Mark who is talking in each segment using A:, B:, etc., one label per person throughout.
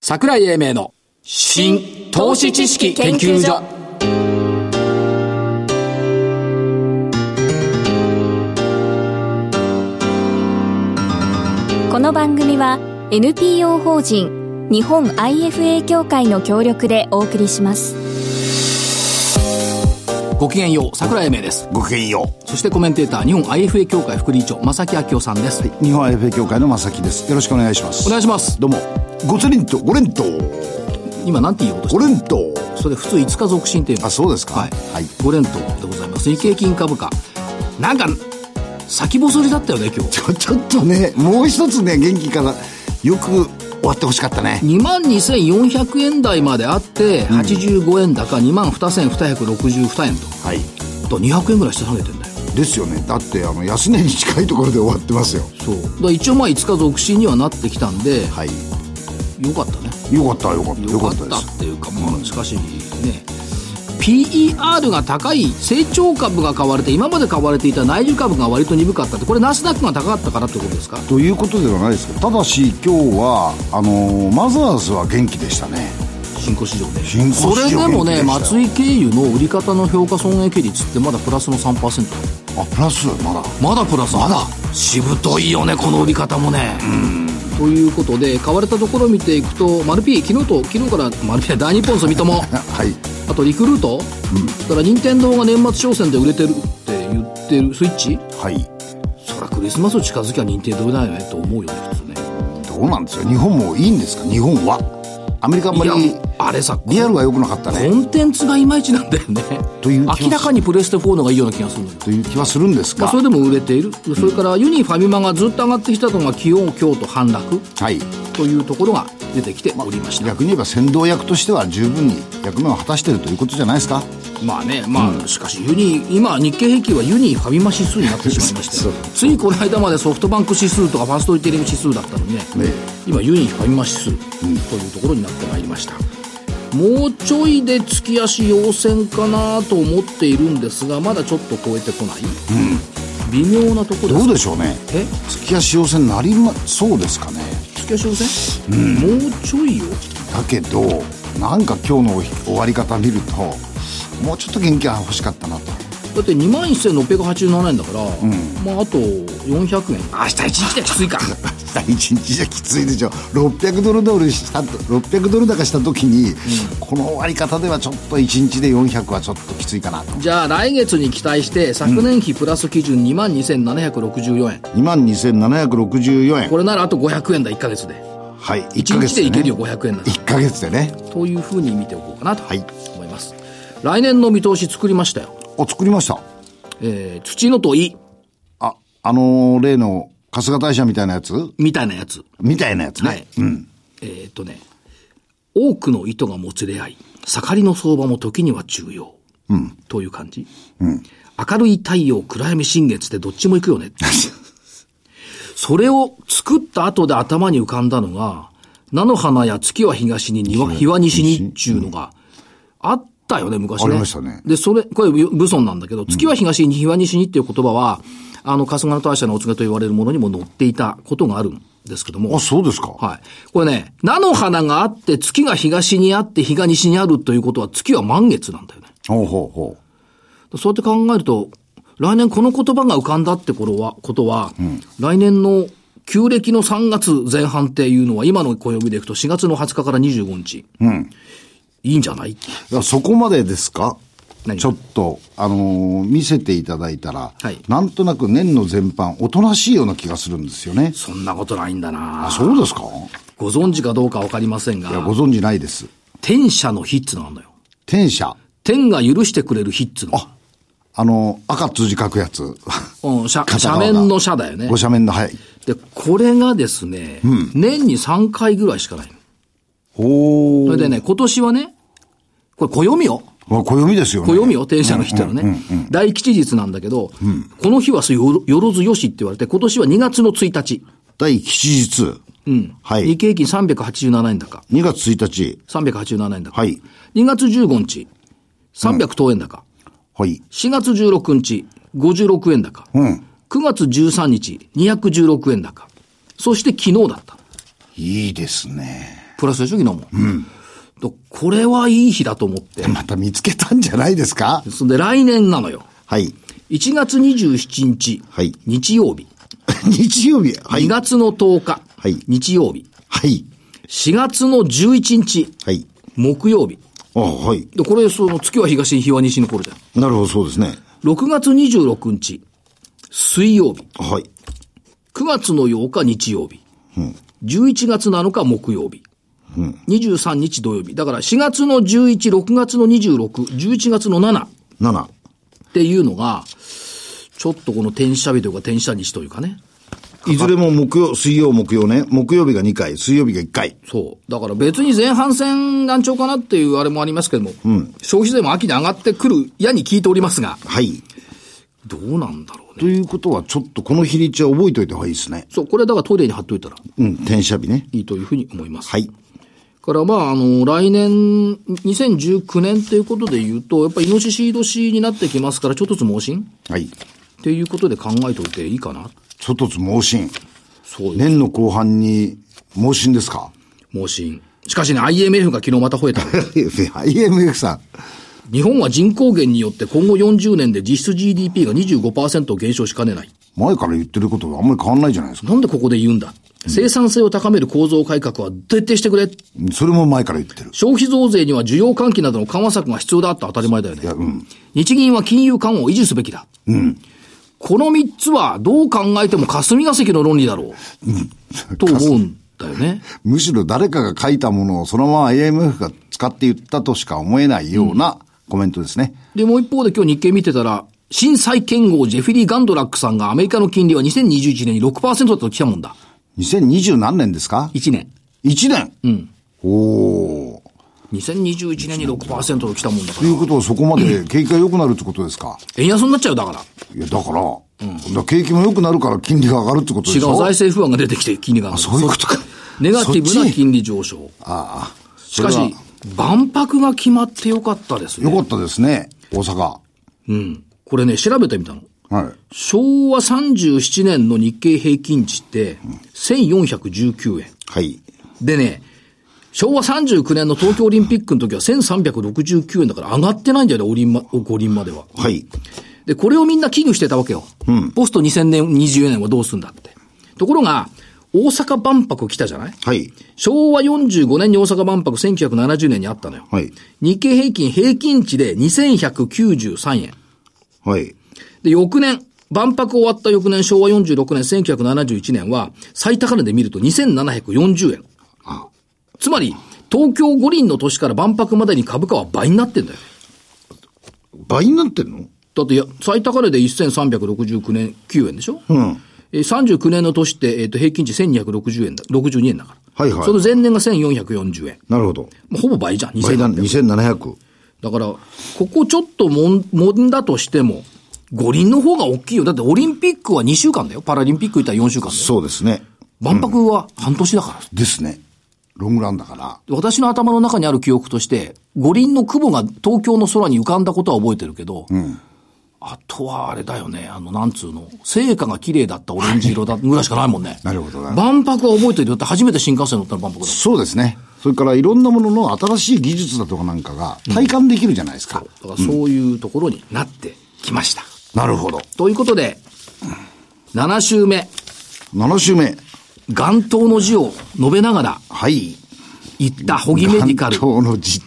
A: 桜井英明の新投資知識研究所
B: この番組は NPO 法人日本 IFA 協会の協力でお送りします
A: ごきげんよう桜井英明です
C: ごきげんよう
A: そしてコメンテーター日本 IFA 協会副理事長正木明夫さんです、
C: 日本 IFA 協会の正木ですよろしくお願いします
A: お願いします
C: どうもごつりんとご連投
A: 今なんて言おうとし
C: ご
A: た
C: 連投
A: それ普通5日続進っていうの
C: あそうですか
A: はい、
C: はい
A: 5連投でございます日経金株価なんか先細りだったよね今日
C: ちょちょっとねもう一つね元気からよく終わってほしかったね
A: 2万2400円台まであって85円高2万2262円と
C: はい
A: あと200円ぐらい下下げてんだよ
C: ですよねだってあの安値に近いところで終わってますよ
A: そうだから一応まあ5日続進にはなってきたんで、
C: はい
A: よかったね
C: よかったよかったよ
A: よ
C: か
A: か
C: っ
A: った
C: で
A: た
C: す
A: っていうかまあしかしね PER が高い成長株が買われて今まで買われていた内需株が割と鈍かったってこれナスダックが高かったからってことですか
C: ということではないですけどただし今日はあのーマザーズは元気でしたね
A: 新興市場で
C: 新興市場
A: それでもね
C: 元気でした
A: 松
C: よ
A: 井経由の売り方の評価損益率ってまだプラスの3%
C: あプラスまだ
A: まだプラスまだしぶといよねこの売り方もねということで買われたところを見ていくとマルピー昨日と昨日からマルピー大日本住友
C: あ はい
A: あとリクルート、だから任天堂が年末商戦で売れてるって言ってるスイッチ
C: はい
A: そらクリスマス近づきゃ任天堂だよねと思うよね普通ね
C: どうなんですよ日本もいいんですか日本はアメリカあんま
A: い
C: り
A: やあれさ
C: リアルは良くなかったね
A: コンテンツがいまいちなんだよね
C: という気がする
A: 明らかにプレステ4のがいいような気がするんだけど
C: という気はするんです
A: まあ、
C: が、
A: それでも売れているそれからユニファミマがずっと上がってきたのが気温強と反落
C: はい、
A: というところが出てきておりました、
C: 逆に言えば先導役としては十分に役目を果たしているということじゃないですか
A: まあねまあ、しかしユニ今日経平均はユニファミマ指数になってしまいまし
C: そう
A: てついこの間までソフトバンク指数とかファーストリテイリング指数だったのにね
C: ね
A: 今ユニファミマ指数というところになってまいりました、もうちょいで月足陽線かなと思っているんですがまだちょっと超えてこない、微妙なところ
C: どう
A: で
C: ですしょうね
A: え
C: 月足要請になりまそうですかね
A: 月足陽線、もうちょいよ
C: だけどなんか今日の終わり方見るともうちょっと元気が欲しかったなと
A: だって2万1687円だから、まあ、あと400円明日一日できついか
C: 一日じゃきついでしょ600ドルドルしたと600ドル高した時に、この終わり方ではちょっと一日で400はちょっときついかなと
A: じゃあ来月に期待して昨年比プラス基準2万2764円、
C: 2万2764円
A: これならあと500円だ1ヶ月で
C: はい1
A: 1
C: ヶ
A: 日
C: 月
A: で
C: で、ね、
A: いけるよ500円なら
C: 1ヶ月でね
A: というふうに見ておこうかなと
C: はい
A: 思います、来年の見通し作りましたよ、
C: お作りました
A: えー、土のとい
C: ああのー例の春日大社みたいなやつ
A: みたいなやつ
C: みたいなやつね、
A: はいえーっとね多くの糸がもつれ合い盛りの相場も時には重要、という感じ、明るい太陽暗闇新月ってどっちも行くよねそれを作った後で頭に浮かんだのが菜の花や月は東に庭日は西にっちゅうのがあったよね昔ね
C: ありましたね
A: で、それ、これ、武尊なんだけど、月は東に、日は西にっていう言葉は、あの、春日の大社のお告げと言われるものにも載っていたことがあるんですけども。
C: あそうですか、
A: はい。これね、菜の花があって、月が東にあって、日が西にあるということは、月は満月なんだよね。
C: ほうほうほ
A: そうやって考えると、来年この言葉が浮かんだってことは、ことは、来年の旧暦の3月前半っていうのは、今の暦でいくと4月の20日から25日。いいんじゃないう
C: いやそこまでですか
A: 何
C: ちょっと、あのー見せていただいたら、
A: はい
C: なんとなく年の全般、おとなしいような気がするんですよね。
A: そんなことないんだな
C: あ、そうですか
A: ご存知かどうかわかりません
C: いや、
A: が
C: ご、存知ないです。
A: 天社の日っつうのがあんのよ。
C: 天社。
A: 天が許してくれる日っつうの。あ、
C: あのー赤通字書くやつ。
A: うん、社、
C: 片
A: 社
C: 側が
A: 面の社だよね
C: ご。斜面の、はい。
A: で、これがですね、年に3回ぐらいしかないの。
C: ほ。
A: そうれでね、今年はね、これ暦よ。
C: あ暦ですよね。
A: 暦よ、天社の日ってのはね。大吉日なんだけど、この日はよよろずよしって言われて、今年は2月の1日。
C: 第吉日。うん。は
A: 日
C: い。
A: 経平均387円高。
C: 2月1日。
A: 387円高。
C: はい。
A: 2月15日、300等円高。
C: はい。
A: 4月16日、56円高。
C: うん。
A: 9月13日、216円高。そして昨日だった。
C: いいですね。
A: ププラスでしょ、昨日も。とこれはいい日だと思って。
C: また見つけたんじゃないですか
A: そんで来年なのよ。
C: はい。
A: 1月27日、
C: はい
A: 日曜日。
C: 日曜日。は
A: 2
C: い。
A: 月の10日、
C: はい
A: 日曜日。
C: はい。
A: 4月の11日、
C: はい。
A: 木曜日。
C: あはい。
A: で、これ、その月は東、日は西の頃じゃん。
C: なるほど、そうですね。
A: 6月26日、水曜日。
C: はい。
A: 9月の8日日曜日。11月7日木曜日。23日土曜日。だから4月の11、6月の26、11月の7っ
C: 7。
A: ていうのが、ちょっとこの転写日というか転写日というかね。
C: いずれも木曜、水曜、木曜ね。木曜日が2回、水曜日が1回。
A: そう。だから別に前半戦難聴かなっていうあれもありますけども、消費税も秋に上がってくるやに聞いておりますが、
C: はい。
A: どうなんだろうね。
C: ということは、ちょっとこの日にちは覚えておいた方がいいですね。
A: そう、これだからトイレに貼っといたら
C: うん、転写日ね。
A: いいというふうに思います。
C: はい。
A: からまあ、あの、来年、2019年ということで言うと、やっぱりイノシシ年になってきますから、ちょっとずつ盲信
C: はい。
A: っていうことで考えておいていいかな。
C: 外つ盲信。
A: そうね。
C: 年の後半に盲信ですか
A: 盲信。しかしね、IMF が昨日また吠えたの。
C: ?IMF さん。
A: 日本は人口減によって今後40年で実質 GDP が25%減少しかねない。
C: 前から言ってることがあんまり変わんないじゃないですか。
A: なんでここで言うんだ生産性を高める構造改革は徹底してくれ。
C: それも前から言ってる。
A: 消費増税には需要喚起などの緩和策が必要だって当たり前だよね。日銀は金融緩和を維持すべきだ。この三つはどう考えても霞が関の論理だろう。と思うんだよね。
C: むしろ誰かが書いたものをそのまま IMF が使って言ったとしか思えないようなコメントですね。
A: で、もう一方で今日日経見てたら、新債権号ジェフィリー・ガンドラックさんがアメリカの金利は2021年に6%だと来たもんだ。
C: 2020何年ですか
A: 1年。
C: ?1 年うん。おー。
A: 2021年に6%と来たもんだか
C: と
A: ら
C: い。うことはそこま で景気が良くなるってことですか
A: 円安になっちゃうだから。
C: いや、だから、だから景気も良くなるから金利が上がるってこと
A: 違
C: で
A: う
C: しょ
A: 財政不安が出てきて金利が上がる。
C: そういうことか
A: そネガティブ
C: そっ
A: な
C: ち
A: 金利上昇。
C: ああ。
A: し
C: し
A: かし、万博が決まってよかったです
C: 良
A: ね。
C: かったですね、大阪。
A: うん。これね、調べてみたの。
C: はい。
A: 昭和37年の日経平均値って、1419円。
C: はい。
A: でね、昭和39年の東京オリンピックの時は1369円だから上がってないんだよね、五輪ま五輪までは。
C: はい。
A: で、これをみんな危惧してたわけよ。ポスト2000年、20年はどうすんだって。ところが、大阪万博来たじゃない
C: はい。
A: 昭和45年に大阪万博1970年にあったのよ。
C: はい
A: 日経平均平均値で2193円。
C: はい。
A: で、翌年、万博終わった翌年昭和46年1971年は最高値で見ると2740円。つまり、東京五輪の年から万博までに株価は倍になってんだよ。
C: 倍になってんの
A: だっていや、最高値で1369年、9円でしょ
C: うん。
A: えー39年の年って、えっ、と、平均値1260円だ、62円だから。
C: はいはい
A: その前年が1440円。
C: なるほど。
A: もうほぼ倍じゃん、
C: 倍
A: 2000
C: だ、2700。
A: だから、ここちょっともん、もんだとしても、五輪の方が大きいよ。だってオリンピックは2週間だよ。パラリンピックいったら4週間だよ。
C: そうですね。
A: 万博は半年だから。
C: ですね。ロングランだから。
A: 私の頭の中にある記憶として、五輪の雲が東京の空に浮かんだことは覚えてるけど、あとはあれだよね、あの、なんつうの、成果が綺麗だったオレンジ色だ、ぐらいしかないもんね。
C: なるほどな
A: 万博は覚えてるよだって、初めて新幹線乗ったの万博だもん
C: そうですね。それからいろんなものの新しい技術だとかなんかが体感できるじゃないですか。
A: だからそういうところになってきました。
C: なるほど。
A: ということで、7週目、
C: 7週目。
A: 元頭の字を述べながら
C: はい。
A: 言ったホギメディカル。
C: 元頭の字。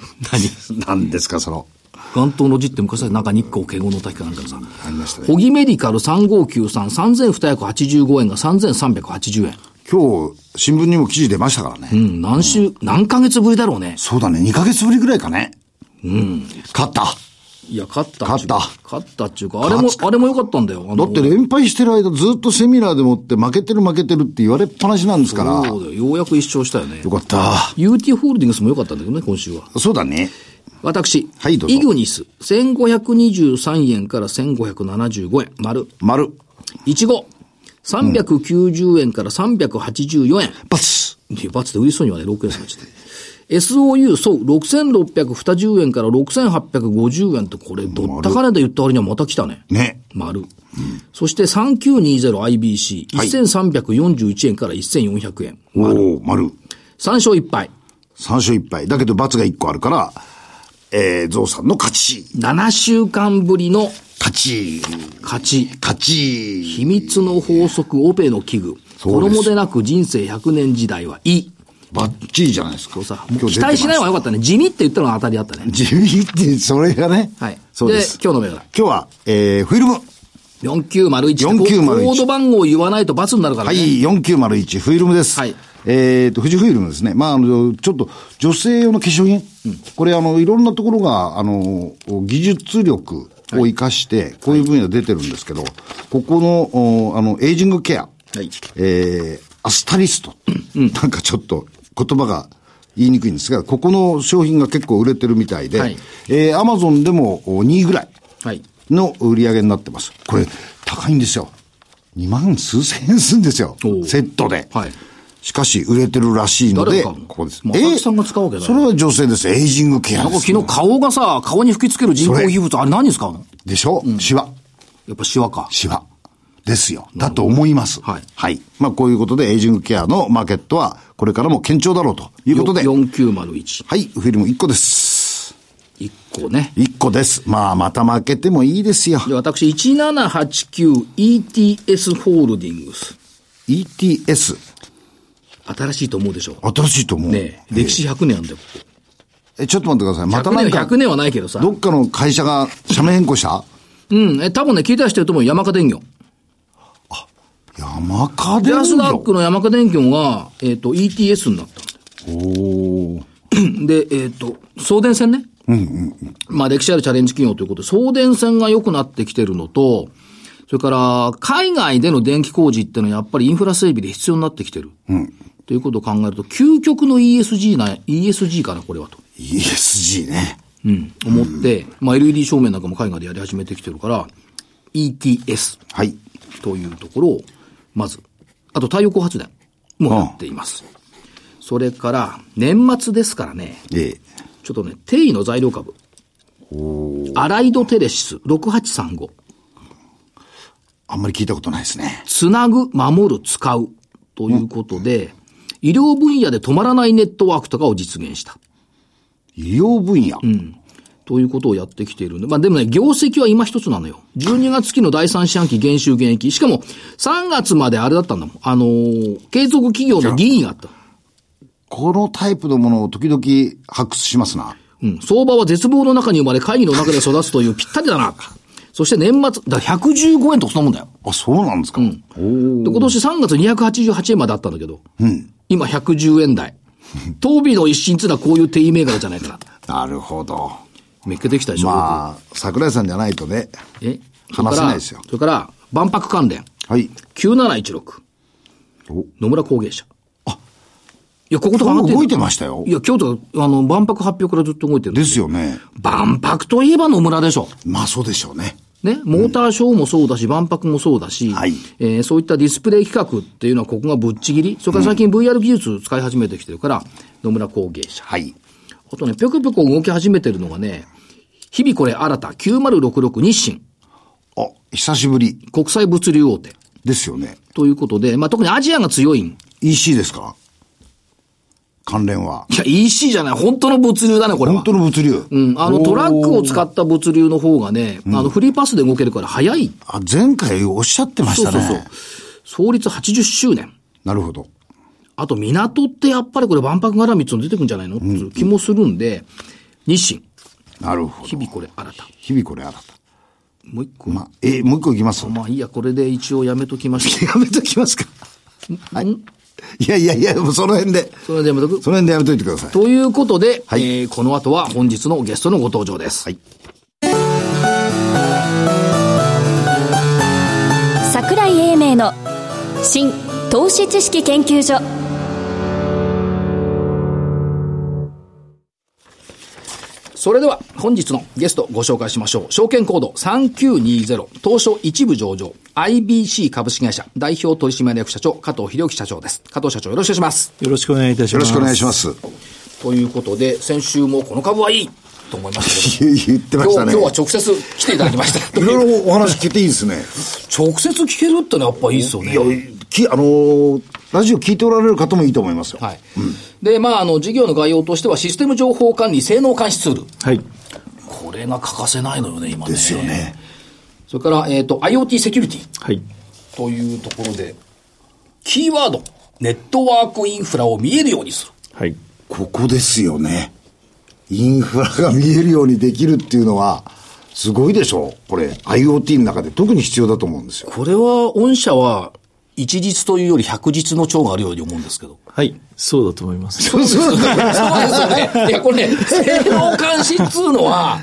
C: 何何ですか、その。
A: 元頭の字って昔はなんか日光敬語の滝かなんかのさ。
C: ありましたね。
A: ホギメディカル3593、3285円が3380円。
C: 今日、新聞にも記事出ましたからね。
A: うん、何週、何ヶ月ぶりだろうね。
C: そうだね、2ヶ月ぶりぐらいかね。うん。勝った。
A: いや、勝った
C: 勝った
A: 勝ったっていうか、あれも、あれも良かったんだよ。あの
C: だって連敗してる間ずっとセミナーでもって負けてる負けてるって言われっぱなしなんですから。
A: そうだよ。ようやく一勝したよね
C: よ。かった。
A: UT ホールディングスも良かったんだけどね、今週は。
C: そうだね。
A: 私、
C: はいどうぞ
A: イグニス、1523円から1575円、丸。
C: 丸。
A: いちご、390円から384円。
C: バツ。
A: いや、バツで売りそうにはね、6円下がっちゃって。SOU、そう、6620円から6850円って、これ、どったかねで言った割にはまた来たね。
C: ね。
A: 丸。そして 3920IBC、
C: はい
A: 1341円から1400円。
C: おお丸。
A: 3勝1敗。
C: 3勝1敗。だけど罰が1個あるから、えー、ゾウさんの勝ち。
A: 7週間ぶりの
C: 勝ち。
A: 勝ち。
C: 勝ち。
A: 秘密の法則、オペの器具。
C: そうです
A: 衣でなく人生100年時代は、い。
C: バッチリじゃないですか。
A: さあ、もう期待しない
C: わ。
A: はよかったね。地味って言ったのが当たりだったね。
C: 地味って、それがね。
A: はい。
C: そうです。
A: 今日の銘柄。
C: 今日は、えー、フィルム。
A: 4901。
C: 4901
A: コード番号を言わないと罰になるから
C: は
A: ね。
C: い、4901、フィルムです。
A: はい
C: えっ、と、富士フィルムですね。まあ、あの、ちょっと、女性用の化粧品。これ、あの、いろんなところが、あの、技術力を活かして、こういう分野出てるんですけど、ここの、おあの、エイジングケア。
A: はい
C: えー、アスタリスト。なんかちょっと、言葉が、言いにくいんですが、ここの商品が結構売れてるみたいで、
A: はい
C: えー、アマゾンでもお2位ぐらい。
A: はい。
C: の売り上げになってます。これ、高いんですよ。2万数千円するんですよ
A: お。う
C: セットで。
A: はい
C: しかし、売れてるらしいの
A: 誰が
C: で、
A: 買うの
C: ここです。
A: まあ浅木さんが使うわけだよ
C: それは女性です。エイジングケア
A: なん
C: で
A: か
C: す
A: 昨日顔がさ、顔に吹きつける人工皮膚とあれ何に使うの
C: でしょシワ。
A: やっぱシワか。
C: シワ。ですよ。だと思います。
A: はい
C: はい。まあ、こういうことで、エイジングケアのマーケットは、これからも堅調だろうということで、は
A: 4901。
C: い、フィルム1個です。
A: 1個ね。
C: 1個です。まあ、また負けてもいいですよ。
A: で、私、1789ETS ホールディングス。
C: ETS。
A: 新しいと思うでしょ
C: 新しいと思う。
A: ねえ、歴史100年あんだよ。
C: え、ちょっと待ってください。また
A: 100
C: なん
A: 年、
C: か。
A: 100年はないけどさ。
C: どっかの会社が社名変更した
A: うん、え、多分ね、聞いた人いると思うよ山家電業。
C: 山家
A: ジ
C: 電
A: ャスダック
C: 業
A: の山家電業が、えっ、と、ETS になったんだ よ
C: おー
A: で、えっ、と、送電線ね。まあ、歴史あるチャレンジ企業ということで、送電線が良くなってきてるのと、それから、海外での電気工事っていうのはやっぱりインフラ整備で必要になってきてる。ということを考えると、究極の ESG な、ESG かな、これはと。
C: ESG ね。
A: うん。思って、まあ、LED 照明なんかも海外でやり始めてきてるから、ETS
C: はい。
A: というところを、まず。あと、太陽光発電もやっています。それから、年末ですからね。
C: え
A: ちょっとね、定位の材料株。アライドテレシス6835。
C: あんまり聞いたことないですね。
A: つなぐ、守る、使う。ということで、医療分野で止まらないネットワークとかを実現した。
C: 医療分野。
A: ということをやってきているんで。まあでもね、業績は今一つなのよ。12月期の第三四半期減収減益。しかも、3月まであれだったんだもん。あのー継続企業の議員があった。
C: このタイプのものを時々発掘しますな。
A: うん。相場は絶望の中に生まれ、会議の中で育つというぴったりだな。そして年末、だから115円とかそんなもんだよ。
C: あ、そうなんですか。
A: で今年3月288円まであったんだけど、今110円台。当備の一新っていうのはこういう定位銘柄じゃないかな。
C: なるほど。
A: めっけてきたでしょ、
C: まあ、桜井さんじゃないとね。
A: 僕え
C: 話せないですよ
A: それから、それから万博関連、
C: はい。
A: 9716
C: お。
A: 野村工芸社。あいや、こことか上がってんの
C: 動いてましたよ
A: い。や、今日とか、あの、万博発表からずっと動いてる。
C: ですよね。
A: 万博といえば野村でしょ。
C: まあ、そうでしょうね。
A: ね、モーターショーもそうだし、万博もそうだし、
C: はい
A: えーそういったディスプレイ企画っていうのはここがぶっちぎり、それから最近 VR 技術使い始めてきてるから、野村工芸社。
C: はい。
A: あとね、ぴょくぴょく動き始めてるのがね、日々これ新た、9066日清、
C: あ、久しぶり。
A: 国際物流大手。
C: ですよね。
A: ということで、まあ、特にアジアが強いん。。
C: EC ですか関連はい
A: や、EC じゃない、本当の物流だね、これは
C: 本。当の物流。
A: うん、あの、トラックを使った物流の方がね、あの、フリーパスで動けるから早い。
C: あ、前回おっしゃってまし
A: そう
C: た
A: そ
C: ね。
A: うそう。創立80周年。
C: なるほど。
A: あと港ってやっぱりこれ万博絡みっていうの出てくるんじゃないのっていう気もするんで、日清、
C: なるほど。
A: 日々これ新た。
C: 日々これ新た。
A: もう一個。
C: まあ、え、もう一個いきます
A: まあいいや、これで一応やめときまし やめときますか。
C: いやいやいや、もうその辺で、
A: それでやめとく。
C: その辺でやめといてください。
A: ということで、
C: はい
A: えーこの後は本日のゲストのご登場です。
C: はい。
B: 桜井英明の新投資知識研究所
A: それでは本日のゲストご紹介しましょう。証券コード3920東証一部上場 IBC 株式会社代表取締役社長加藤博之社長です。加藤社長よろしくお願いします。
D: よろしくお願いいたし
C: よ
D: ま
C: ろ
D: す。
C: しくお願いします。
A: ということで、先週もこの株はいいと思いましたけど。
C: 言ってま
A: 今
C: し
A: 日
C: たね。
A: 今日は直接来ていただきました。
C: いろいろお話聞けていいですね。
A: 直接聞ける ってのはやっぱいいですよね。
C: いや、き、あのーラジオ聞いておられる方もいいと思いますよ。
A: はい。で、まあ、あの、事業の概要としては、システム情報管理性能監視ツール。
D: はい。
A: これが欠かせないのよね、今ね。
C: ですよね。
A: それから、えっ、と、IoT セキュリティ
D: はい。
A: というところで、キーワード、ネットワークインフラを見えるようにする。
D: はい。
C: ここですよね。インフラが見えるようにできるっていうのは、すごいでしょこれ、IoT の中で特に必要だと思うんですよ。
A: これは、御社は、一日というより百日の長があるように思うんですけど。
D: はい。そうだと思います。
C: そうそう
A: そうですよね。いや、これね、性能監視っつうのは、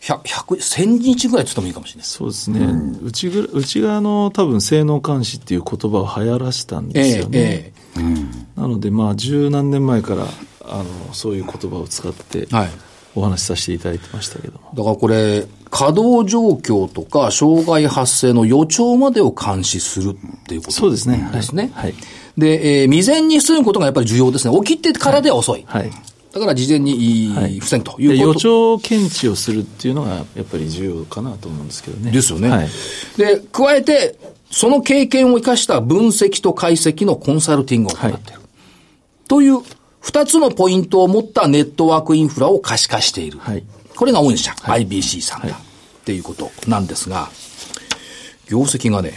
A: 100、100、1000日ぐらいつってもいいかもしれないです。
D: そうですね。うちぐら、うちがあの、多分、性能監視っていう言葉を流行らしたんですよね。
A: え
D: なので、まあ、十何年前から、あの、そういう言葉を使って、
A: はい
D: お話しさせていただいてましたけども。
A: だからこれ、稼働状況とか、障害発生の予兆までを監視するっていうこと
D: そうですね。
A: ですね。
D: はい。
A: で、えー未然に防ぐことがやっぱり重要ですね。起きてからでは遅い。
D: はい。
A: だから事前に、、
D: はいい
A: 防ぐとい
D: で
A: う
D: 予
A: こと。
D: 兆検知をするっていうのが、やっぱり重要かなと思うんですけどね。
A: ですよね。
D: はい。
A: で、加えて、その経験を生かした分析と解析のコンサルティングを行っている。という、二つのポイントを持ったネットワークインフラを可視化している。
D: はい
A: これが御社、IBC さんだ、
D: はい
A: っていうことなんですが、業績がね、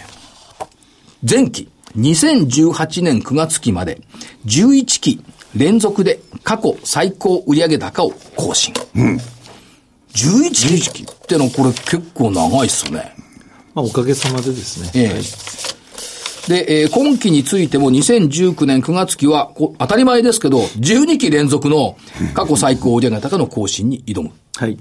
A: 前期、2018年9月期まで、11期連続で過去最高売上高を更新。11期ってのはこれ結構長いっすよね。
D: まあ、おかげさまでですね。
A: ええ
D: はい
A: で、えー今期についても2019年9月期は、こ当たり前ですけど、12期連続の過去最高売上高の更新に挑む。
D: はい。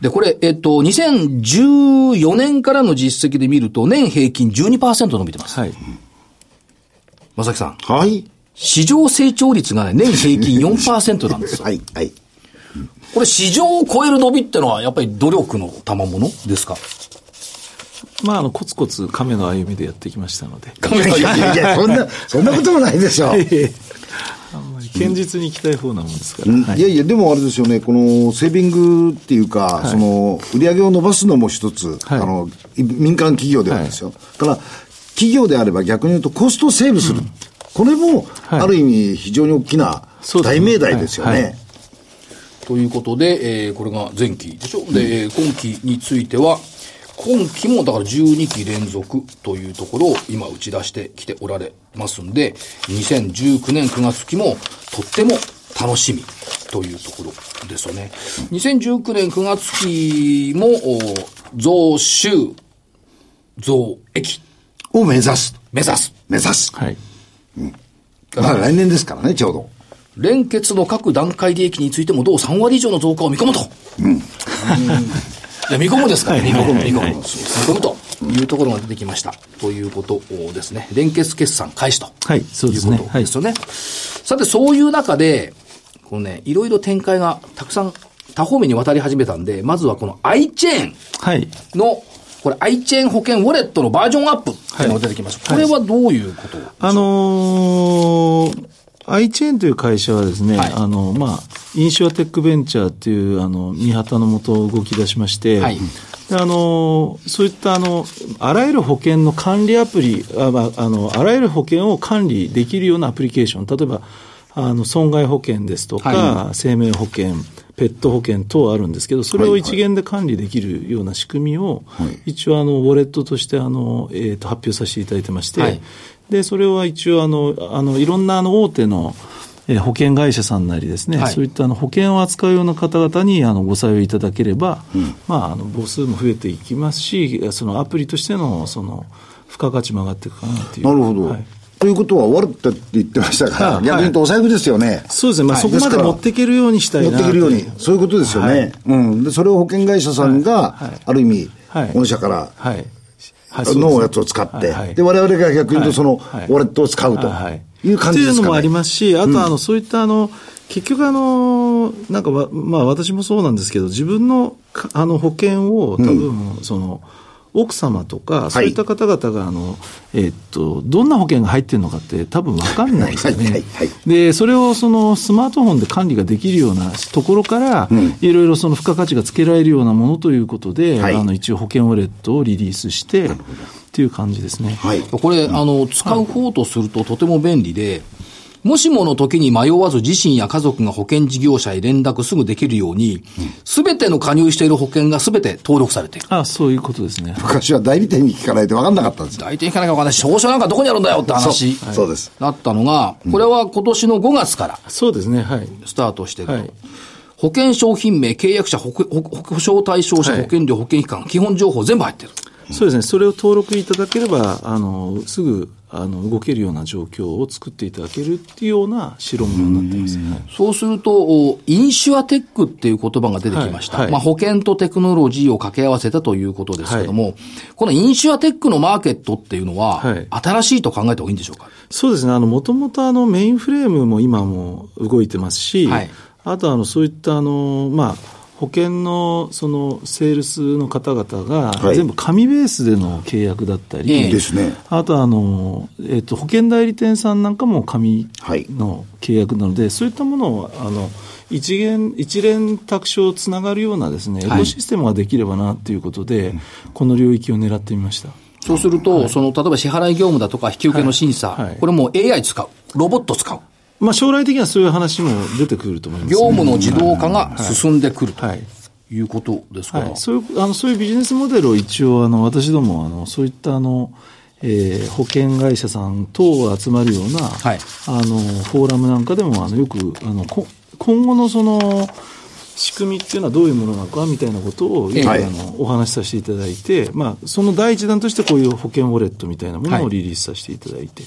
A: で、これ、えっと、2014年からの実績で見ると、年平均12%伸びてます。
D: はい。
A: まさきさん、
C: はい。
A: 市場成長率がね、年平均4%なんですよ。
C: はい。はい。
A: これ、市場を超える伸びってのは、やっぱり努力の賜物ですか
D: まあ、あの、コツコツ亀の歩みでやってきましたので、
C: いやいや、そんな、そんなこともないで しょ。
D: あんまり堅実に行きたい方なもんですから。
C: うん
D: はい
C: いやいや、でもあれですよね、このセービングっていうか、その売り上げを伸ばすのも一つ、
D: はい
C: あのい民間企業ではですよ、だから企業であれば逆に言うと、コストセーブする、これも、
D: はい
C: ある意味、非常に大きな
D: そうです
C: 大
D: ね
C: 命題ですよ
D: はいは
C: ね
D: い。
A: ということで、えーこれが前期でしょ。で、えー今期については、今期もだから12期連続というところを今打ち出してきておられますんで、2019年9月期もとっても楽しみというところですよね。2019年9月期も、お増収、増益、
C: を目指す。
A: 目指す。
C: 目指す。
D: はい。
C: まあ来年ですからね、ちょうど。
A: 連結の各段階利益についても同3割以上の増加を見込むと。うん。いや見込むですから、見込む、見込む。見込むというところが出てきました。ということですね。連結決算開始と。
D: はいそうですね
A: いうことですよね。さて、そういう中で、このね、いろいろ展開がたくさん多方面に渡り始めたんで、まずはこの i チェーン
D: はい。
A: の、これ i チェーン保険ウォレットのバージョンアップっていうのが出てきました。
D: はい
A: これはどういうこと
D: あのー、iChain という会社はですね、
A: はい
D: あの、まあ、インシュアテックベンチャーっていう、あの、見旗のもと動き出しまして、
A: はい
D: であのーそういったあのあらゆる保険の管理アプリあ、まあ、あの、あらゆる保険を管理できるようなアプリケーション、例えばあの損害保険ですとか、生命保険、ペット保険等あるんですけど、それを一元で管理できるような仕組みを、一応あの、ウォレットとしてあの、えーと発表させていただいてまして、
A: はい
D: でそれは一応あの、あのいろんなあの大手のえー保険会社さんなりですね、
A: はい
D: そういったあの保険を扱うような方々にあのご採用いただければ、まあ、あの母数も増えていきますし、そのアプリとしてのその付加価値も上がっていくかなっていう。
C: なるほど。
D: はい
C: ということは、終わるってって言ってましたから、
D: はい
C: 逆に言うとお財布ですよね。
D: そうですね、まあ、
C: はい
D: そこまで
C: ですから
D: 持っていけるようにしたい
C: 持
D: な
C: ってくるように、そういうことですよね。
D: はい
C: うん。で、それを保険会社さんが、
D: はいはい
C: ある意味、
D: はい
C: 御社から、
D: はいはいそうですね
C: のやつを使って、
D: はいはい
C: で、我々が逆に言うと、その、
D: はいはい
C: ウォレットを使うと
D: はい
C: いう感じですかね。
D: というのもありますし、あとあの、そういったあの、結局あの、なんかわ、まあ私もそうなんですけど、自分のかあの保険を多分、その、奥様とか、そういった方々が、あの、えっと、どんな保険が入ってるのかって多分わかんないですよね。
C: はいはいはい
D: で、それをそのスマートフォンで管理ができるようなところから、いろいろその付加価値がつけられるようなものということで、
C: はい
D: あの、一応保険ウォレットをリリースして、っていう感じですね。
C: はい。
A: これ、あの、使う方とするととても便利で、もしもの時に迷わず自身や家族が保険事業者へ連絡すぐできるように、すべての加入している保険がすべて登録されている。
D: あそういうことですね。
C: 昔は代理店に聞かないと分かんなかったんですよ。
A: 大体行かなきゃわかんない。証書なんかどこにあるんだよって話
C: そうそうです。
A: だったのが、これは今年の5月から
D: そうですね、はい。
A: スタートしてると。
D: はい
A: 保険商品名、契約者、保保保証対象者、
D: はい
A: 保険料、保険期間、基本情報全部入ってる。
D: そうですね、それを登録いただければ、あのすぐあの動けるような状況を作っていただけるっていうような代物になってます、はい
A: そうすると、おインシュアテックっていう言葉が出てきました。
D: はいはい
A: まあ、保険とテクノロジーを掛け合わせたということですけども、このインシュアテックのマーケットっていうのは、
D: はい
A: 新しいと考えた方がいいんでしょうか
D: そうですね、もともとメインフレームも今も動いてますし、
A: はい
D: あとあのそういったあの、まあ、保険のそのセールスの方々が、
C: はい
D: 全部紙ベースでの契約だったり、
A: ええ
C: ですね。
D: あとあの、えっと保険代理店さんなんかも紙
C: はい
D: の契約なので、そういったものをあの一元一連卓上つながるようなです、ね、エ
A: はい
D: コシステムができればなということで、この領域を狙ってみました。
A: そうすると、その、例えば支払い業務だとか、引き受けの審査、
D: はいはい
A: これもう AI 使う。ロボット使う。
D: まあ、将来的にはそういう話も出てくると思います、ね、
A: 業務の自動化が進んでくると
D: はい
A: いうことですから、
D: はい、そういうあのそういうビジネスモデルを一応あの私どもあのそういったあの、えー保険会社さん等が集まるような、
A: はい
D: あのフォーラムなんかでもあのよくあのこ今後のその仕組みっていうのはどういうものなのかみたいなことをよく
A: は
D: あ
A: い
D: のお話しさせていただいて、まあ、その第一弾としてこういう保険ウォレットみたいなもの
A: は
D: を
A: い
D: リリースさせていただいて、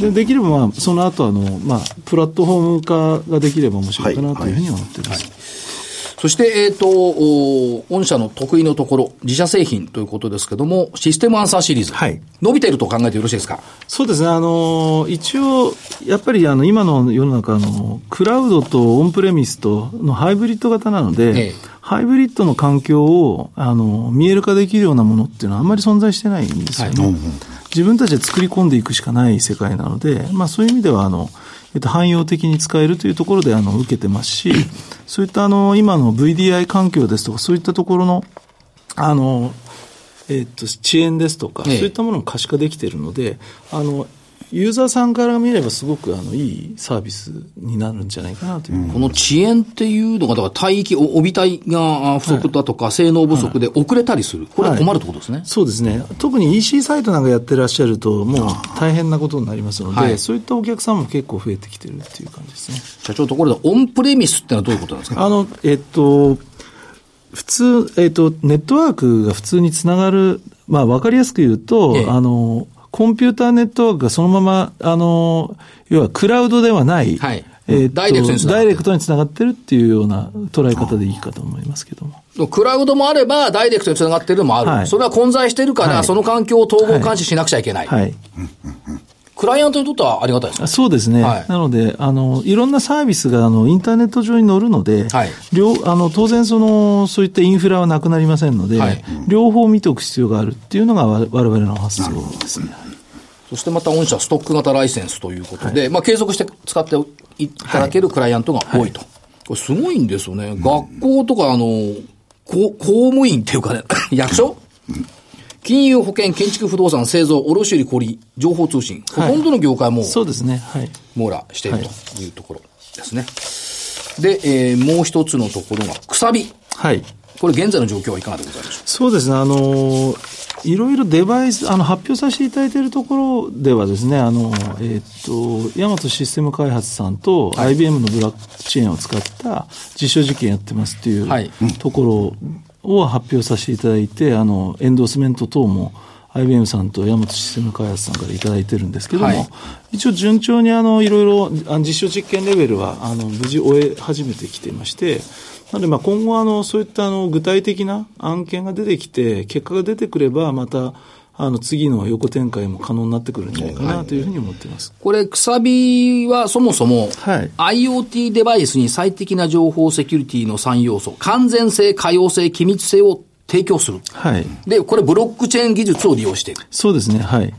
D: でできれば、まあ、その後あのまあプラットフォーム化ができれば面白いかなというふうには思っています。
A: そして、えっ、と、お御社の得意のところ、自社製品ということですけども、システムアンサーシリーズ。
D: はい
A: 伸びていると考えてよろしいですか
D: そうですね、あの一応、やっぱりあの今の世の中あの、クラウドとオンプレミスとのハイブリッド型なので、
A: ええ
D: ハイブリッドの環境をあの見える化できるようなものっていうのは、あんまり存在してないんですよね、自分たちで作り込んでいくしかない世界なので、まあ、そういう意味ではあの、えっと、汎用的に使えるというところであの受けてますし、そういったあの今の VDI 環境ですとか、そういったところの、あのえっと遅延ですとか、
A: ええ
D: そういったものも可視化できているので、あのユーザーさんから見れば、すごくあのいいサービスになるんじゃないかなという、
A: この遅延っていうのが、だから帯域、お帯帯があ不足だとか、性能不足で遅れたりする。これは困るってことですね。
D: そうですね、特に EC サイトなんかやってらっしゃると、もう大変なことになりますので、
A: はい
D: そういったお客さんも結構増えてきてるっていう感じですね。
A: 社長ところで、オンプレミスってのはどういうことなんですか
D: あの、えっと、普通、えっと、ネットワークが普通につながる、まあ、わかりやすく言うと、
A: ええ
D: あの、コンピューターネットワークがそのまま、あの、要はクラウドではない、
A: はい
D: えっと
A: ダイレクトにつながってる
D: ダイレクトにつながってるっていうような捉え方でいいかと思いますけども。
A: クラウドもあれば、ダイレクトにつながってるのもある。
D: はい
A: それは混在してるから、
D: はい
A: その環境を統合監視しなくちゃいけない。
D: はい。
A: クライアントにとってはありがたいですね。
D: そうですね、
A: はい
D: なのであの、いろんなサービスがあのインターネット上に載るので、
A: はい
D: 両あの当然その、そういったインフラはなくなりませんので、
A: はい
D: 両方見ておく必要があるっていうのが、わ我々の発想ですね。
A: そしてまた御社ストック型ライセンスということで、まあ継続して使っていただけるクライアントが多いと。これすごいんですよね。学校とか、あの、こ公務員っていうかね、 役所金融、保険、建築、不動産、製造、卸売、小売、情報通信、ほ
D: はい
A: とんどの業界も
D: そうですね、はい、
A: 網羅している
D: はい
A: というところですね。で、えーもう一つのところが、くさび。
D: はい、
A: これ現在の状況はいかがでございましょ
D: そうですね、あのいろいろデバイスあの、発表させていただいているところではですね、あのえっと、ヤマトシステム開発さんと IBM のブラックチェーンを使った実証実験やってますっていう
A: はい
D: ところを発表させていただいて、あのエンドースメント等も IBM さんとヤマトシステム開発さんからいただいてるんですけども、
A: はい
D: 一応順調にあのいろいろあの実証実験レベルはあの無事終え始めてきていまして、なのでまあ今後あのそういったあの具体的な案件が出てきて結果が出てくればまたあの次の横展開も可能になってくるんじゃないかなというふうに思っています。
A: うこれ、くさびはそもそも、
D: はい
A: IoT デバイスに最適な情報セキュリティの3要素、完全性、可用性、機密性を提供する。
D: はい。
A: で、これブロックチェーン技術を利用している。
D: そうですね。はい。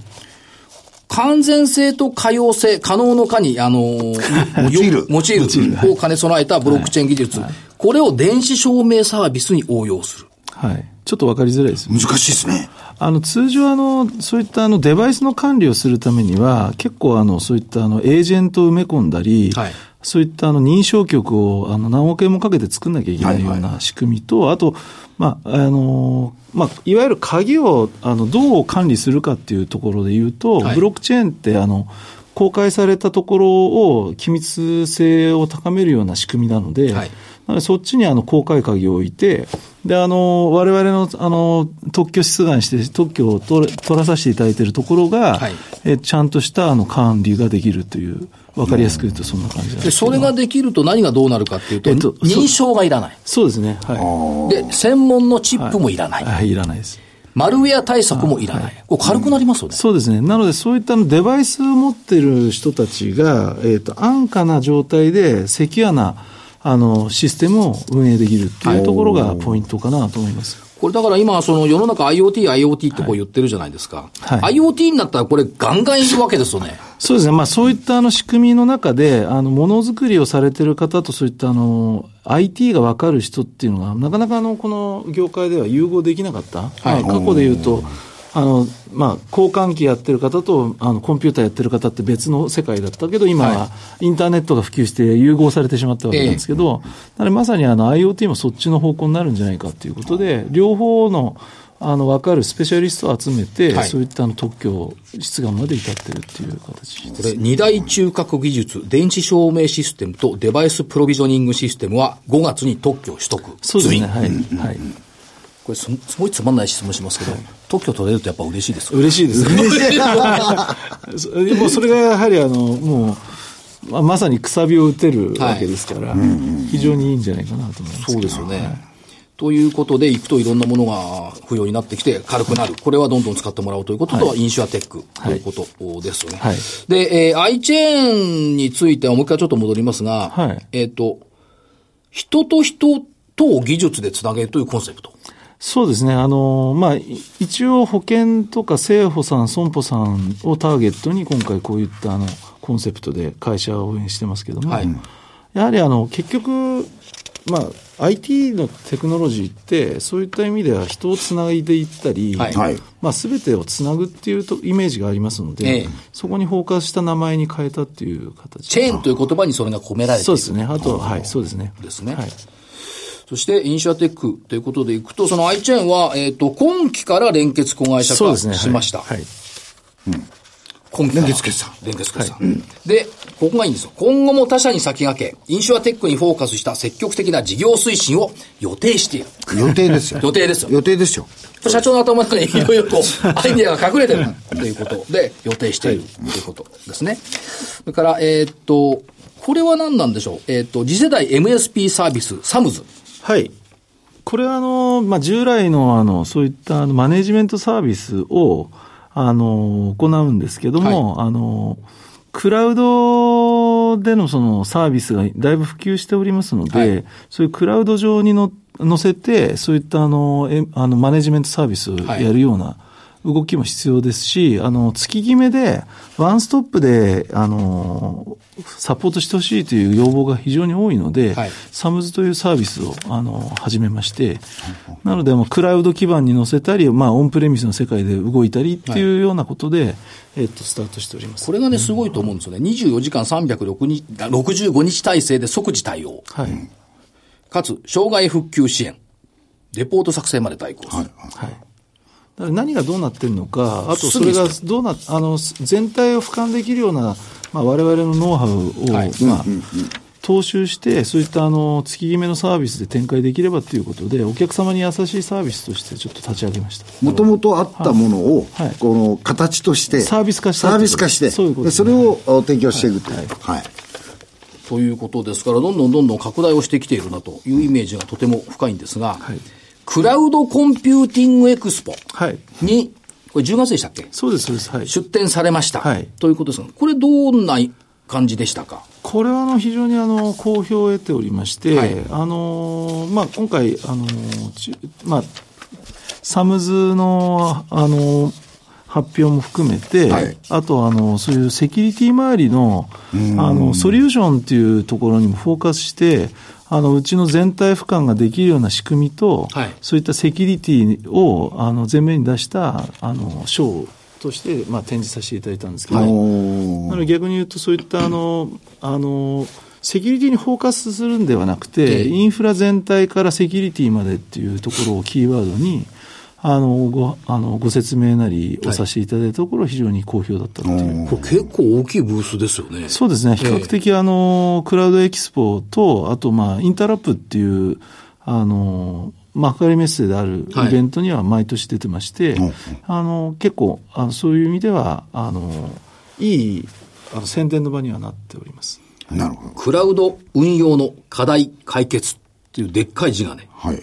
A: 完全性と可用性、可能の可に、あの ー
C: 用いる
A: 用いるを兼ね備えたブロックチェーン技術。これを電子証明サービスに応用する。
D: はい。ちょっと分かりづらいですよね
C: 難しいですね。
D: あの通常あの、そういったあのデバイスの管理をするためには、結構あのそういったあのエージェントを埋め込んだり、
A: はい
D: そういったあの認証局をあの何億円もかけて作んなきゃいけないような仕組みと、あと、まああのまあ、いわゆる鍵をあのどう管理するかっていうところで言うと、
A: はい
D: ブロックチェーンってあの公開されたところを機密性を高めるような仕組みなので、
A: はい
D: なのでそっちにあの公開鍵を置いて、で、あの、我々の、あの、特許出願して、特許を取れ取らさせていただいているところが、
A: はい
D: えちゃんとした、あの、管理ができるという、わかりやすく言うとそんな感じなんですけ
A: で、
D: ど
A: それができると何がどうなるかっていうと、
D: えっとそう
A: 認証がいらない。
D: そうですね。は。
A: で、専門のチップもいらないい。
D: はい、いらないです。
A: マルウェア対策もいらない。これ軽くなりますよね。
D: そうですね。なので、そういったあのデバイスを持ってる人たちが、えっ、と、安価な状態で、セキュアな、あの、システムを運営できるっていうところがポイントかなと思います。
A: これだから今、その世の中 IoT、IoT ってこう言ってるじゃないですか。
D: はい
A: IoT になったらこれガンガンいるわけですよね。
D: そうですね、まあ、そういったあの仕組みの中で、あのものづくりをされてる方と、そういったあの IT が分かる人っていうのが、なかなかあのこの業界では融合できなかった、
A: い
D: まあ過去でいうと、あのまあ、交換機やってる方とあのコンピューターやってる方って別の世界だったけど、今はインターネットが普及して融合されてしまったわけなんですけど、なのでまさにあの IoT もそっちの方向になるんじゃないかということで、両方のあの分かるスペシャリストを集めて、
A: はい
D: そういったあの特許出願まで至ってるっていう形
A: これ、二大中核技術、電子証明システムとデバイスプロビジョニングシステムは5月に特許を取得。
D: そうです
A: 随
D: ね、
A: 意
D: はい、はい、
A: これす、すごいつまんない質問しますけど、特許取れるとやっぱ嬉しいですよね
D: 嬉しい ですね、そもうそれがやはりあの、もう、まあ、まさにくさびを打てるわけですから、非常にいいんじゃないかなと思いますけど
A: そうですよね。ということで、行くといろんなものが不要になってきて軽くなる。これはどんどん使ってもらおうということと、インシュアテックということですよね。
D: はい
A: で、えー、iChain についてはもう一回ちょっと戻りますが、
D: はい
A: えっ、と、人と人とを技術でつなげるというコンセプト。
D: そうですね、あのまあ、い一応、保険とか生保さん、損保さんをターゲットに、今回、こういったあのコンセプトで会社を応援してますけども、
A: はい
D: やはりあの結局、まあ、IT のテクノロジーって、そういった意味では人をつないでいったり、
A: はい
C: はい。
D: まあ、全てをつなぐっていうとイメージがありますので、
A: ええ
D: そこにフォーカスした名前に変えたっていう形
A: チェーンという言葉にそれが込められている。
D: そうですね、あとは、はい、そうですね。
A: ですね
D: はい
A: そして、インシュアテックということでいくと、その iChain は、えっ、と、今期から連結子会社
D: そう
A: 化
D: ですね。はい
A: しました。
D: はい
A: 今期連結決算。連結決算。で、ここがいいんですよ。今後も他社に先駆け、インシュアテックにフォーカスした積極的な事業推進を予定している。
C: 予定ですよ。
A: 予定ですよ
C: 予定ですよ。
A: 社長の頭の中にいろいろと アイデアが隠れてるということで、予定しているということですね。それから、えーっと、これは何なんでしょうえーっと、次世代 MSP サービス、サムズ。
D: はい。これはあの、まあ、従来のあの、そういったあのマネジメントサービスを、あの、行うんですけども、あの、クラウドでのそのサービスがだいぶ普及しておりますので、
A: はい
D: そういうクラウド上にの乗せて、そういったあの、えあのマネジメントサービスをやるような、動きも必要ですし、あの、月決めで、ワンストップで、あの、サポートしてほしいという要望が非常に多いので、
A: はい
D: サムズというサービスを、あの、始めまして、なので、まあクラウド基盤に乗せたり、まあ、オンプレミスの世界で動いたりっていうようなことで、えっと、スタートしております。
A: これがね、すごいと思うんですよね。24時間365日あ65日体制で即時対応。
D: はい。
A: かつ、障害復旧支援。レポート作成まで代行する。
D: はい。だから何がどうなってるのか、あとそれがどうな、あの、全体を俯瞰できるような、まあ、我々のノウハウを、
A: はい
D: まあ、踏襲して、そういったあの月決めのサービスで展開できればということで、お客様に優しいサービスとしてちょっと立ち上げました。
C: もともとあったものを
D: はいはい、
C: この形として、
D: サービス化した
C: サービス化して、
D: そういうこと
C: で
D: です
C: そ
D: ね
C: れをお提供していくという。はい。
A: ということですから、どんどんどんどん拡大をしてきているなというイメージがとても深いんですが、
D: はい
A: クラウドコンピューティングエクスポ
D: はい。
A: に、これ10月でしたっけ
D: そうです、そうです。はい。
A: 出展されました、
D: はい
A: ということですが、これどんな感じでしたか
D: これはあの非常にあの好評を得ておりまして、
A: はい
D: あのまあ、今回あの、ちまあ、サムズのあの発表も含めて、
C: はい
D: あとあの、そういうセキュリティ周りの、あの、ソリューションっていうところにもフォーカスして、あの、うちの全体俯瞰ができるような仕組みと、
A: はい
D: そういったセキュリティを、あの、前面に出した、あの、賞として、まあ、展示させていただいたんですけど、
C: おー
D: なので逆に言うと、そういったあの、あの、セキュリティにフォーカスするんではなくて、
A: ええ
D: インフラ全体からセキュリティまでっていうところをキーワードに、あの、ご、あの、ご説明なり
A: は
D: を
A: い
D: させていただいたところ、非常に好評だったっていう。
A: これ結構大きいブースですよね。
D: そうですね、比較的あの、クラウドエキスポと、あと、まあ、インタラップっていう、あの、まあ、明るいメッセージである
A: はい
D: イベントには毎年出てまして、
C: うんうん
D: あの、結構あの、そういう意味では、あの、いいあの宣伝の場にはなっております。
C: なるほど。
A: クラウド運用の課題解決っていうでっかい字がね、
C: はい。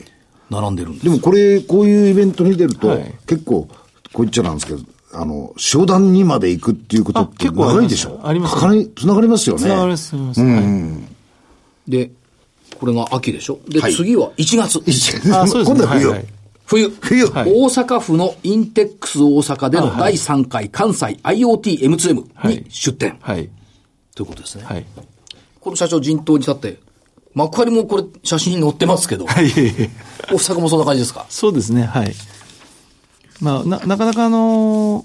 A: 並んでるんです
C: でもこれ、こういうイベントに出ると、
D: はい
C: 結構、こう言っちゃなんですけど、あの、商談にまで行くっていうこと
D: あ
C: って
D: 結構あり
C: 長
D: ます
C: いでしょ
D: あります
C: かかり、つながりますよね。
D: つながります、つながります。はい
A: で、これが秋でしょで、
C: はい
A: 次は1月。
D: あそうです
C: 今
D: ね
C: 度は冬。
D: はいはい
A: 冬。
C: 冬
A: 大阪府のインテックス大阪での第3回関西 IoTM2M に出展。
D: はい。
A: ということですね。
D: はい。
A: この社長陣頭に立って、幕張もこれ写真に載ってますけど、
D: はい。いえいえ
A: 大阪もそんな感じですか
D: そうですね、はい。まあ、ななかなかあの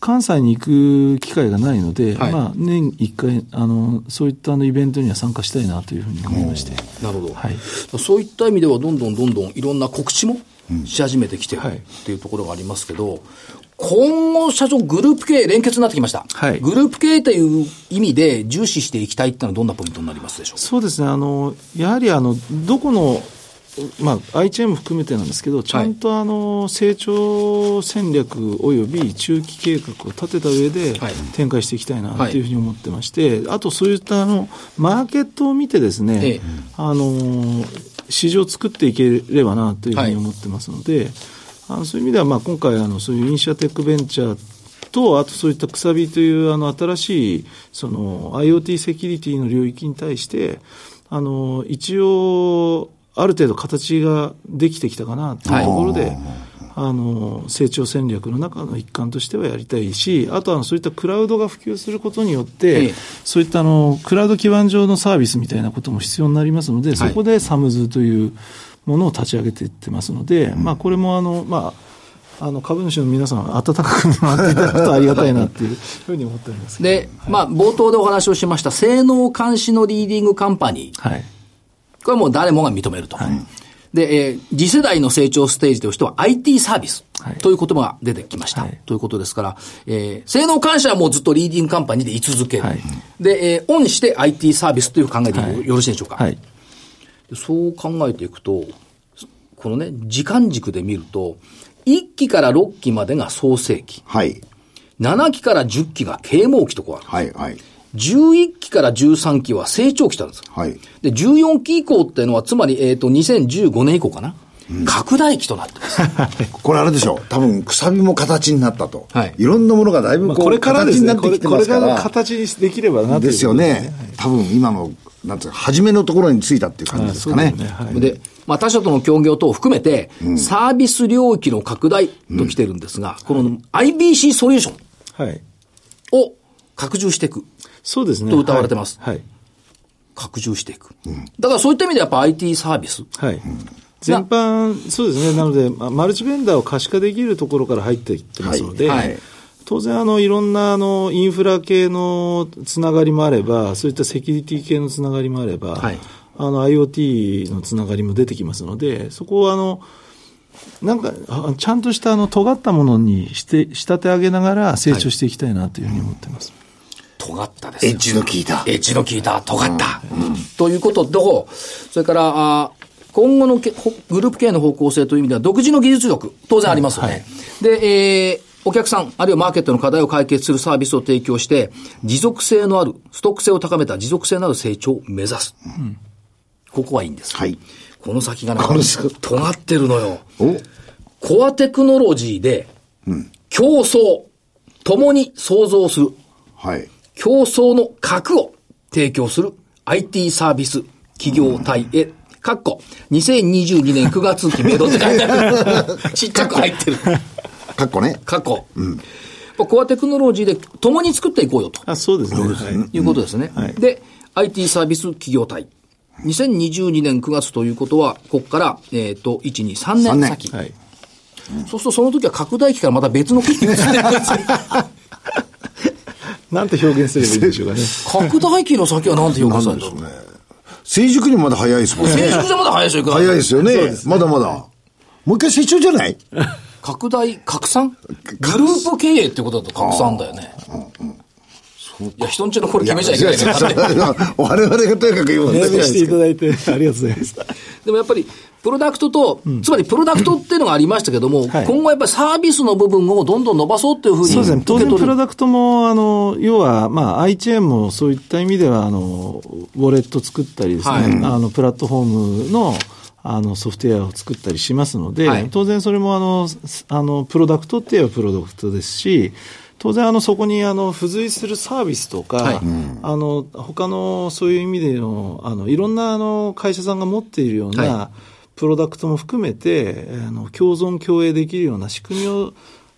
D: 関西に行く機会がないので、
A: はい
D: まあ、年1回あの、そういったあのイベントには参加したいなというふうに思いまして、
A: なるほど、
D: はい
A: そういった意味では、どんどんどんどんいろんな告知もし始めてきてる
D: は
A: っ
D: い
A: ていうところがありますけど、今後、社長、グループ経営、連結になってきました、
D: はい
A: グループ経営という意味で重視していきたいっていうのは、どんなポイントになりますでしょうか。
D: そうですね、あのやはりあのどこの、まあ、IHM 含めてなんですけど、ちゃんとあの成長戦略および中期計画を立てた上で
A: はい
D: 展開していきたいな
A: はい
D: というふうに思ってまして、あとそういったあのマーケットを見てですね、
A: ええ
D: あの市場を作っていければなというふうに思ってますので、あのそういう意味では、まあ、今回あの、そういうインシアテックベンチャーと、あとそういったくさびというあの新しいその IoT セキュリティの領域に対して、あの一応、ある程度形ができてきたかなというところで、あの成長戦略の中の一環としてはやりたいし、あとはそういったクラウドが普及することによっ
A: え
D: て、
A: え
D: そういったあのクラウド基盤上のサービスみたいなことも必要になりますので、そこでサムズというものを立ち上げていってますので、まあ、これもあの、まあ、あの株主の皆さん、温かく見守っていただくとありがたいなっていうふうに思っております。
A: で、まあ、冒頭でお話をしました、性能監視のリーディングカンパニー、
D: はい、
A: これはもう誰もが認めると。で、えー次世代の成長ステージとしては IT サービス
D: はい
A: という言葉が出てきました。
D: はい
A: ということですから、えー性能監視はもうずっとリーディングカンパニーで居続ける。
D: はい
A: で、えーオンして IT サービスという考えでよ,、
D: はい
A: ろしいでしょうか、
D: はい
A: でそう考えていくと、このね、時間軸で見ると、1期から6期までが創世期、
C: はい。
A: 7期から10期が啓蒙期とこうある。
C: はい、はい。
A: 11期から13期は成長期とあるんですよ。
C: はい。
A: で、14期以降っていうのは、つまり、えっ、と、2015年以降かな。拡大期となってます。
C: これあれでしょう。多分、くさびも形になったと。
A: はい
C: いろんなものがだいぶ
D: まあ、
C: こう、
D: これからで
C: 形
D: す
C: にな
D: ね、
C: って
D: こ
C: き
D: れ
C: て
D: こ
C: ま
D: れ
C: すか
D: から
C: ら。
D: 形にできればなという
C: ですよね。多分、今の、なんていうか、初めのところについたっていう感じですかね
D: そう。ですねはい
A: で、まあ、他社との協業等を含めて、サービス領域の拡大と来てるんですが、この IBC ソリューション
D: はい、
A: を拡充していく。
D: そうですね。
A: と歌われてます
D: はい。
A: 拡充していく。だからそういった意味でやっぱ IT サービス。
D: はい。全般、そうですね。なので、まマルチベンダーを可視化できるところから入っていってますので、
A: はいはい
D: 当然、あの、いろんな、あの、インフラ系のつながりもあれば、そういったセキュリティ系のつながりもあれば、
A: はい
D: あの、IoT のつながりも出てきますので、そこを、あの、なんか、あちゃんとした、あの、尖ったものにして、仕立て上げながら成長していきたいなというふうに思ってます。
A: 尖ったです
C: エ
A: よ
C: ッジの効いた。
A: エッジの効いた、尖った。ということと、それから、あー今後のけほグループ経営の方向性という意味では、独自の技術力、当然ありますよね。で、えーお客さん、あるいはマーケットの課題を解決するサービスを提供して、持続性のある、ストック性を高めた持続性のある成長を目指す。ここはいいんです。
C: はい
A: この先がね、
C: この先
A: 尖ってるのよ。
C: お
A: コアテクノロジーで、競争、共に創造する
C: はい。
A: 競争の核を提供する IT サービス企業体へ、かっこ、2022年9月期メドって書いてある。ちっちゃく入ってる。
C: かっこね。
A: かっこ。ぱコアテクノロジーで共に作っていこうよと
D: あそうですね。はい
A: いうことですね。
D: はい
A: で、IT サービス企業体。2022年9月ということは、ここから、えっ、と、1、2、3年先。
D: はい。
A: そうするとその時は拡大期からまた別の期に移っていくん ですよ
D: なんて表現すればいいんでしょうかね。
A: 拡大期の先はなんて表現するんだろう。
C: 成熟にもまだ早いですもんね。
A: 成熟じゃまだ早いでしょ、いくらでも
C: 早いですよね。まだまだ。もう一回成長じゃない
A: 拡大、拡散グループ経営ってことだと拡散だよね。いや、人んちのこれ決めちゃいけないから勝手に
C: 我々がとにかく言うわけじ
D: お
C: ゃない
D: 話
C: で
D: し
C: す
D: て
C: け
D: い
C: ど
D: ただいて、ありがとうございました。
A: でもやっぱり、プロダクトと、つまりプロダクトっていうのがありましたけども、
D: はい
A: 今後やっぱりサービスの部分をどんどん伸ばそうっていうふうに
D: そうですね、
A: 受
D: 当
A: け
D: 然
A: 取
D: プ
A: る
D: ロダクトも、あの要は、まあ、iChain もそういった意味ではあの、ウォレット作ったりですね、
A: はい
D: あのプラットフォームのあのソフトウェアを作ったりしますので、
A: はい
D: 当然それもあのすあのプロダクトっていえばプロダクトですし、当然あのそこにあの付随するサービスとか、
A: はい
D: あの他のそういう意味でのあのいろんなあの会社さんが持っているような、
A: は
D: プロダクトも含めてあの共存共栄できるような仕組みを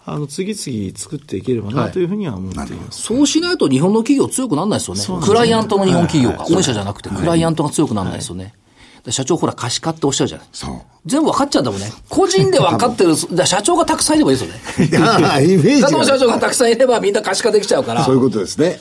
D: あの次々作っていければ
A: は
D: ないというふうには思っています。
A: そうしないと日本の企業強くならないですよね。
D: そうなんです
A: ク
D: よ
A: ライアントの日本企業が、御社じゃなくて、クライアントが強くならないですよね。で社長ほら、可視化っておっしゃるじゃない。
C: そう。
A: 全部分かっちゃうんだもんね。個人で分かってる、だ社長がたくさんいればいいですよね。
C: いやーイメー
A: 佐
C: ジ
A: 藤社
C: が。
A: 長がたくさんいればみんな可視化できちゃうから。
C: そういうことですね。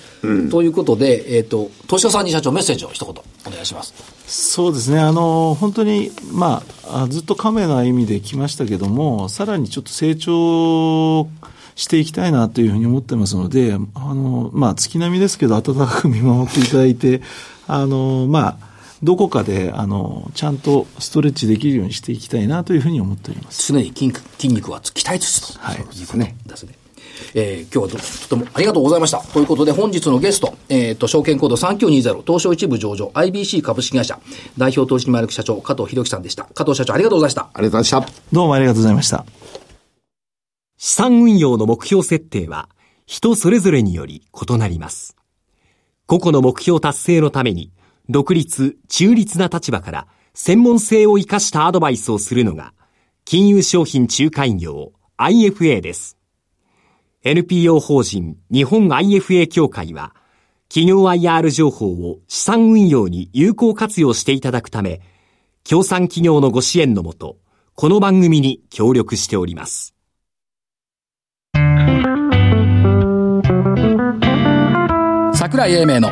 A: ということで、えっ、と、としさんに社長メッセージを一言お願いします。
D: そうですねあの本当に、まあ、あずっとカメな意味で来ましたけどもさらにちょっと成長していきたいなというふうに思ってますのであの、まあ、月並みですけど温かく見守っていただいて あの、まあ、どこかであのちゃんとストレッチできるようにしていきたいなというふうに思っております。
A: 常に筋肉筋肉は鍛えつつと。
D: はい
A: そうですね。ですね。えー今日はどとてもありがとうございました。ということで、本日のゲスト、えっ、と、証券コード3920、東証一部上場、IBC 株式会社、代表投資マイク社長、加藤博樹さんでした。加藤社長、ありがとうございました。
C: ありがとうございました。
D: どうもありがとうございました。
E: 資産運用の目標設定は人それぞれにより異なります。個々の目標達成のために独立、中立な立場から専門性を生かしたアドバイスをするのが金融商品仲介業 IFA です。NPO 法人日本 IFA 協会は企業 IR 情報を資産運用に有効活用していただくため、協賛企業のご支援のもと、この番組に協力しております。
A: 桜井英明の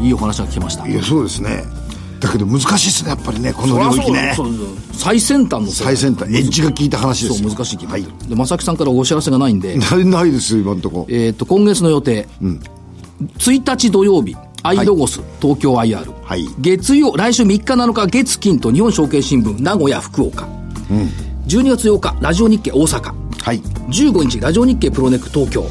A: いいお話が聞けました
C: いや、そうですね。だけど難しいですね、やっぱりね、この
A: そりゃ
C: 領
A: そ
C: 域
A: うだ
C: ね。
A: そうだ最先端の世界
C: 最先端、エッジが効いた話です
A: そう
C: よ。
A: 難しい気分、
C: はい。
A: で正木さんからお知らせがないん で
C: ないないですよ、今んとこ。
A: えー、と今月の予定、1日土曜日アイドゴス、東京 IR、
C: はい
A: 月曜来週3日7日月金と日本証券新聞名古屋福岡、12月8日ラジオ日経大阪
C: はい。
A: 15日ラジオ日経プロネック東京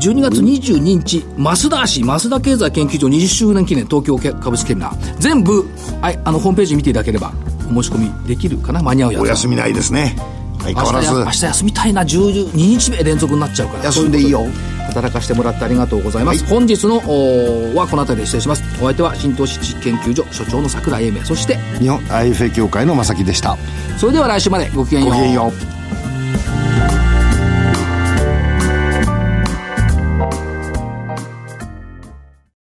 A: 12月22日増田市増田経済研究所20周年記念東京株式セミナー全部あいあのホームページ見ていただければお申し込みできるかな間に合うやつ
C: お休みないですね。相変
A: 明
C: わ
A: 日
C: ら
A: や明
C: ず。
A: 日休みたいな12日目連続になっちゃうから
C: 休んでいいよ
A: そううことで働かせてもらってありがとうございます、
C: はい
A: 本日のおーはこの辺りで失礼しますお相手は新投資知識研究所所長の桜井英明そして
C: 日本 IFA 協会の正木でした。
A: それでは来週までごきげんよう
C: ごきげんよう。